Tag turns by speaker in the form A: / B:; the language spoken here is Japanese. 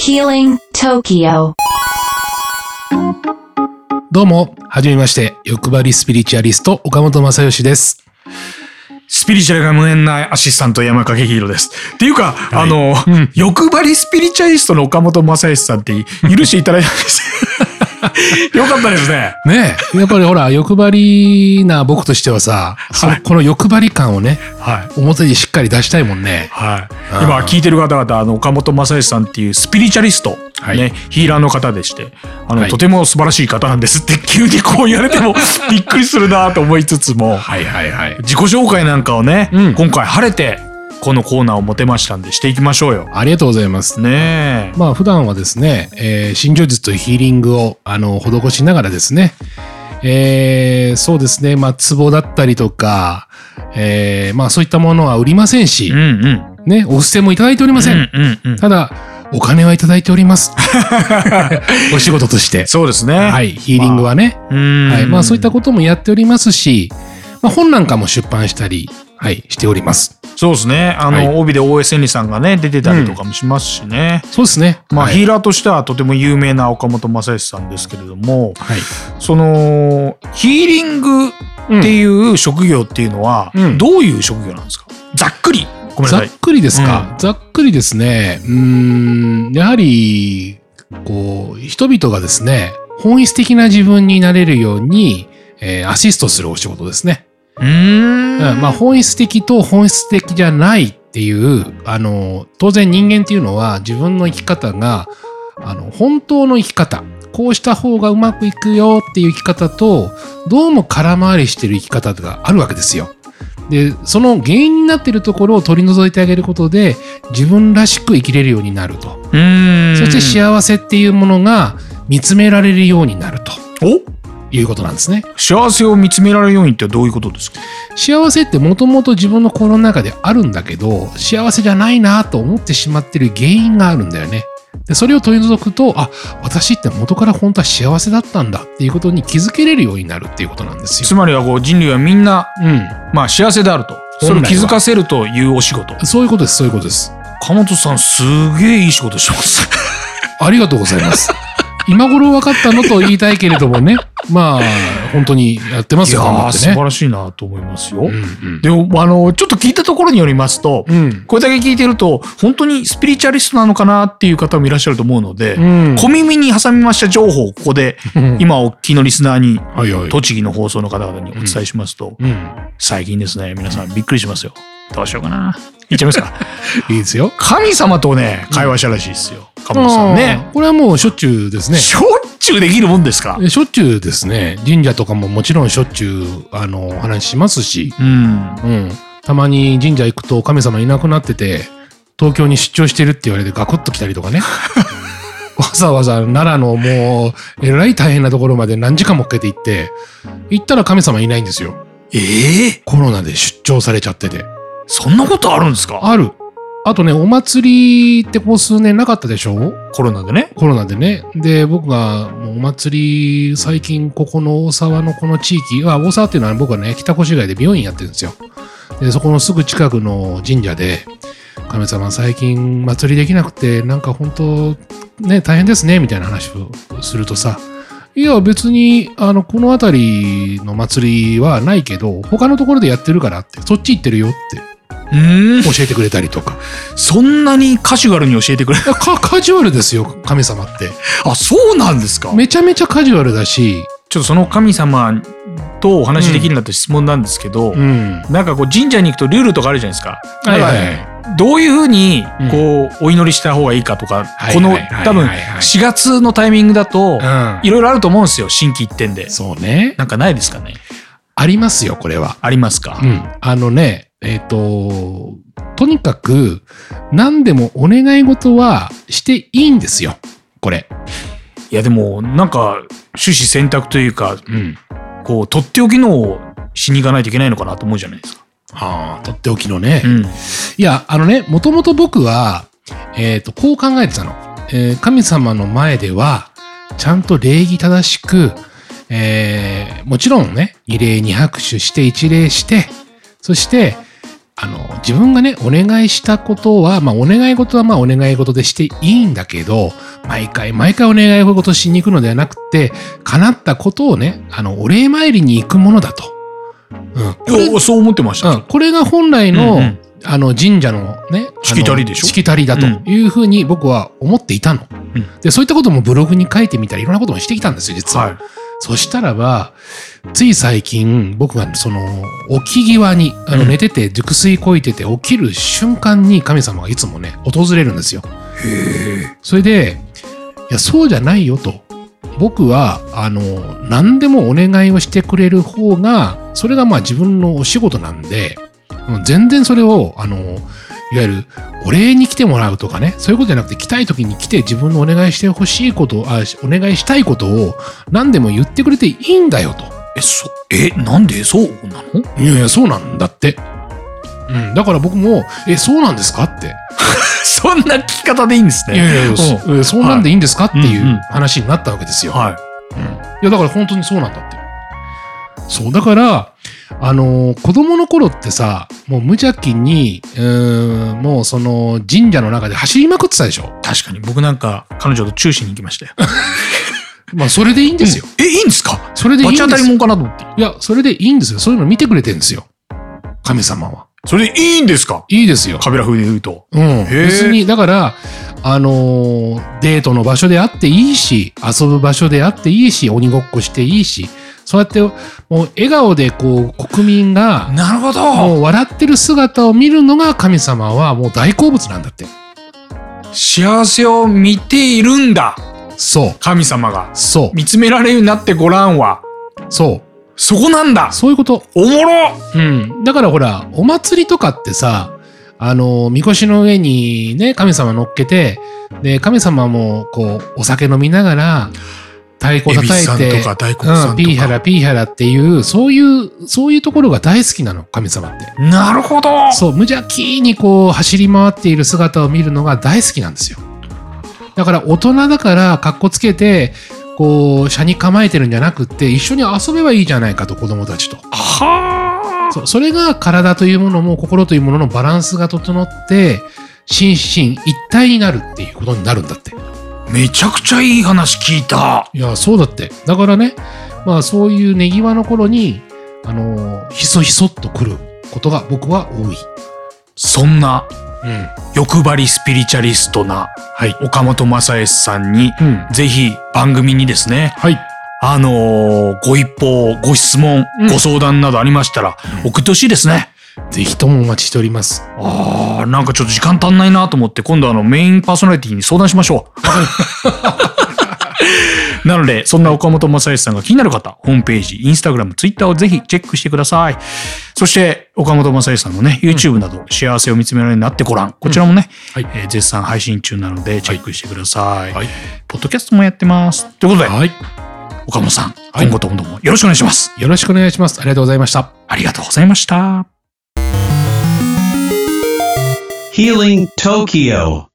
A: Healing Tokyo.
B: どうも、はじめまして、欲張りスピリチュアリスト、岡本正義です。
C: スピリチュアルが無縁なアシスタント山掛宏です。っていうか、あの、
B: ん
C: 欲張りスピリチュアリストの岡本正義さんって許していただいたん です。よかったですね。
B: ねえ、やっぱりほら、欲張りな僕としてはさ、
C: はい
B: そこの欲張り感をね、
C: はい。
B: 表にしっかり出したいもんね。
C: はい、
B: あー
C: 今聞いてる方々あの岡本正義さんっていうスピリチュアリスト、
B: はい
C: ね、ヒーラーの方でしてあの、
B: はい
C: とても素晴らしい方なんですって急にこう言われ てもびっくりするなと思いつつも
B: はいはいはい。
C: 自己紹介なんかをね、
B: うん
C: 今回晴れてこのコーナーを持てましたんでしていきましょうよ。
B: ありがとうございます。
C: ねえ。
B: まあ普段はですね、えー、心情術とヒーリングを、あの、施しながらですね、えー、そうですね、まあ、ツボだったりとか、えー、まあそういったものは売りませんし
C: うん、うん。
B: ね、お布施もいただいておりません。
C: うんうんうん、
B: ただ、お金はいただいており ます。お仕事として。
C: そうですね。
B: はい、ヒーリングはね。
C: うん。
B: はい、まあそういったこともやっておりますし、まあ本なんかも出版したり、はい、しております。
C: そうですね。あの、
B: はい
C: 帯で大江千里さんがね、出てたりとかもしますしね。
B: そうですね。
C: まあ、
B: はい
C: ヒーラーとしてはとても有名な岡本正義さんですけれども、
B: はい。
C: その、ヒーリングっていう職業っていうのは、
B: うん
C: どういう職業なんですかざっくり。ごめん
B: ざ
C: なさ
B: っ
C: い。
B: くりですか、ざっくりですね。うーん、やはり、こう、人々がですね、本質的な自分になれるように、えーアシストするお仕事ですね。
C: うーん。
B: うんまあ、本質的と本質的じゃないっていうあの当然人間っていうのは自分の生き方があの本当の生き方こうした方がうまくいくよっていう生き方とどうも空回りしてる生き方があるわけですよ。でその原因になっているところを取り除いてあげることで自分らしく生きれるようになると、
C: うーん。
B: そして幸せっていうものが見つめられるようになるということなんですね。
C: お幸せを見つめられる要因ってどういうことですか
B: 幸せってもともと自分の心の中であるんだけど幸せじゃないなと思ってしまってる原因があるんだよね。でそれを取り除くとあ私って元から本当は幸せだったんだっていうことに気づけれるようになるっていうことなんですよ。
C: つまりはこう、人類はみんな、
B: うん、
C: まあ、幸せであると。それを気づかせるというお仕事。
B: そういうことですそういうことです。
C: 岡本さん、すげえいい仕事してます。
B: ありがとうございます。今頃分かったのと言いたいけれどもねまあ本当にやってますよ頑張っ
C: ー素
B: てね
C: 晴。らしいなと思いますよ。
B: うん
C: でも、あの、ちょっと聞いたところによりますと、
B: うん
C: これだけ聞いてると、本当にスピリチュアリストなのかなっていう方もいらっしゃると思うので、
B: うん
C: 小耳に挟みました情報をここで、
B: うん
C: 今お聞きのリスナーに、
B: はいはい
C: 栃木の放送の方々にお伝えしますと、
B: うん
C: 最近ですね、皆さんびっくりしますよ。どうしようかな。言っちゃいますか。
B: いいですよ。
C: 神様とね、会話したらしいですよ。神本さん
B: あ
C: ね。
B: ーこれはもうしょっちゅうですね。
C: しょっちゅうできるもんですか。
B: えしょっちゅうですね神社とかももちろんしょっちゅうあのお話ししますし、
C: うん。
B: うん、たまに神社行くと神様いなくなってて東京に出張してるって言われてガクッと来たりとかねわざわざ奈良のもうえらい大変なところまで何時間もかけて行って行ったら神様いないんですよ
C: ええ
B: コロナで出張されちゃってて
C: そんなことあるんですか
B: あるあとねお祭りってこう数年なかったでしょ
C: コロナでね。
B: コロナでね。で、僕がもうお祭り、最近ここの大沢のこの地域、あ大沢っていうのは僕はね、北越谷で美容院やってるんですよ。で、そこのすぐ近くの神社で、神様最近祭りできなくて、なんか本当、ね、大変ですね、みたいな話をするとさ、いや別に、あの、この辺りの祭りはないけど、他のところでやってるからって、そっち行ってるよって
C: うん。
B: 教えてくれたりとか。
C: そんなにカジュアルに教えてくれる。
B: かカジュアルですよ、神様って。
C: あ、そうなんですか。ちょっ
B: めちゃめちゃカジュアルだし、
C: とその神様とお話しできるんだと質問なんですけど、
B: うん。
C: なんかこう神社に行くとルールとかあるじゃないですか。
B: はいはい
C: なんかどういうふうに
B: うん
C: こうお祈りした方がいいかとか、
B: はい
C: この
B: はいはい
C: 多分
B: はいはい
C: 4月のタイミングだと
B: はい
C: ろいろあると思うんですよ。新規一点で
B: うん。。そうね。
C: なんかないですかね。
B: ありますよ、これは。
C: ありますか
B: う。ん。あのね、えっ、と、とにかく、何でもお願い事はしていいんですよ。これ。
C: いやでもなんか趣旨選択というか、
B: うん。
C: こうとっておきのをしに行かないといけないのかなと思うじゃないですか。
B: ああ、とっておきのね。
C: う
B: い
C: ん。
B: や、あのね、もともと僕は、えっ、と、こう考えてたの。えー神様の前では、ちゃんと礼儀正しく、えーもちろんね、二礼二拍手して一礼して、そして、あの、自分がね、お願いしたことは、まあ、お願い事はまあ、お願い事でしていいんだけど、毎回毎回お願い事しに行くのではなくて、叶ったことをね、あの、お礼参りに行くものだと。うん。これ
C: いやそう思ってました。
B: うん、これが本来の、
C: うんうん
B: あの神社のね、
C: しきたりでしょ
B: あのしきたりだというふうに僕は思っていたの。
C: うん
B: で、そういったこともブログに書いてみたり、いろんなこともしてきたんですよ、実は。
C: はい。
B: そしたらば、つい最近、僕がその、起き際に、あの
C: うん
B: 寝てて、熟睡こいてて、起きる瞬間に神様がいつもね、訪れるんですよ。それで、いや、そうじゃないよと。僕は、あの、何でもお願いをしてくれる方が、それがまあ自分のお仕事なんで、うん全然それを、あの、いわゆる、お礼に来てもらうとかね、そういうことじゃなくて、来たい時に来て自分のお願いしてほしいこと、あ、お願いしたいことを、何でも言ってくれていいんだよと。
C: え、そ、え、なんでそうなの
B: いやいや、そうなんだって。うん、だから僕も、え、そうなんですかって。
C: そんな聞き方でいいんです
B: いや
C: ね。
B: いやいや、そえそうなんでいいんですかっていう
C: はいうんうん
B: 話になったわけですよ。
C: はい。
B: うんいや、だから本当にそうなんだって。そう、だから、あのー子供の頃ってさ、もう無邪気に、うーん、もうその神社の中で走りまくってたでしょ。
C: 確かに僕なんか彼女と中止に行きましたよ。
B: まあ、それでいいんですよ。
C: え、いいんですか
B: それでいい
C: バ
B: ん
C: チ
B: で
C: 当たり
B: す
C: も
B: よ。
C: んかなと思って。
B: いや、それでいいんですよ。そういうの見てくれてるんですよ。神様は。
C: それでいいんですか
B: いいですよ。
C: カメラ風で言うと。
B: うん、
C: ー
B: 別にだから、あのーデートの場所であっていいし遊ぶ場所であっていいし鬼ごっこしていいしそうやってもう笑顔でこう国民が
C: なるほど。
B: もう笑ってる姿を見るのが神様はもう大好物なんだって
C: 幸せを見ているんだ。
B: そう
C: 神様が。
B: そ
C: 見つめられるようになってごらんは。
B: うそう
C: そこなんだ。
B: そういうこと、
C: おもろ
B: うん、だからほらお祭りとかってさあのー、みこしの上にね、神様乗っけて、で、神様も、こう、お酒飲みながら、太鼓
C: エ
B: 叩
C: ビ
B: いて、
C: さんとか大根
B: う
C: さ
B: ん、
C: ん
B: ピー
C: と
B: ハ
C: か。
B: ラピーハラっていうそういうそういうところが大好きなの神様って
C: なるほど。
B: そう無邪気にこう走り回っている姿を見るのが大好きなんですよだから大人だからかっこつけてこう車に構えてるんじゃなくって一緒に遊べばいいじゃないかと子供たちと
C: は
B: そうそれが体というものも心というもののバランスが整って心身一体になるっていうことになるんだって
C: あ。めちゃくちゃいい話聞いた。
B: いや、そうだって。だからね、まあそういう寝際の頃に、あのーひそひそっと来ることが僕は多い。
C: そんな
B: うん。
C: 欲張りスピリチャリストな、はい、岡本正義さんに、
B: うん。
C: ぜひ番組にですね、
B: はい。
C: あのーご一報、ご質問、
B: うん
C: ご相談などありましたら、送ってほしいですね。
B: ぜひともお待ちしております。
C: ああ、なんかちょっと時間足んないなと思って、今度あのメインパーソナリティに相談しまし ょう。なので、そんな岡本正義さんが気になる方、ホームページ、インスタグラム、ツイッターをぜひチェックしてください。そして、岡本正義さんのね、YouTube など、幸せを見つめられるようになってごらん。こちらもね、
B: はい
C: えー絶賛配信中なので、チェックしてください。
B: はい
C: ポッドキャストもやってます。ということで、
B: はい。
C: 岡本さん、
B: はい
C: 今後ともどうもよろしくお願いします。
B: よろしくお願いします。ありがとうございました。
C: ありがとうございました。
D: Healing Tokyo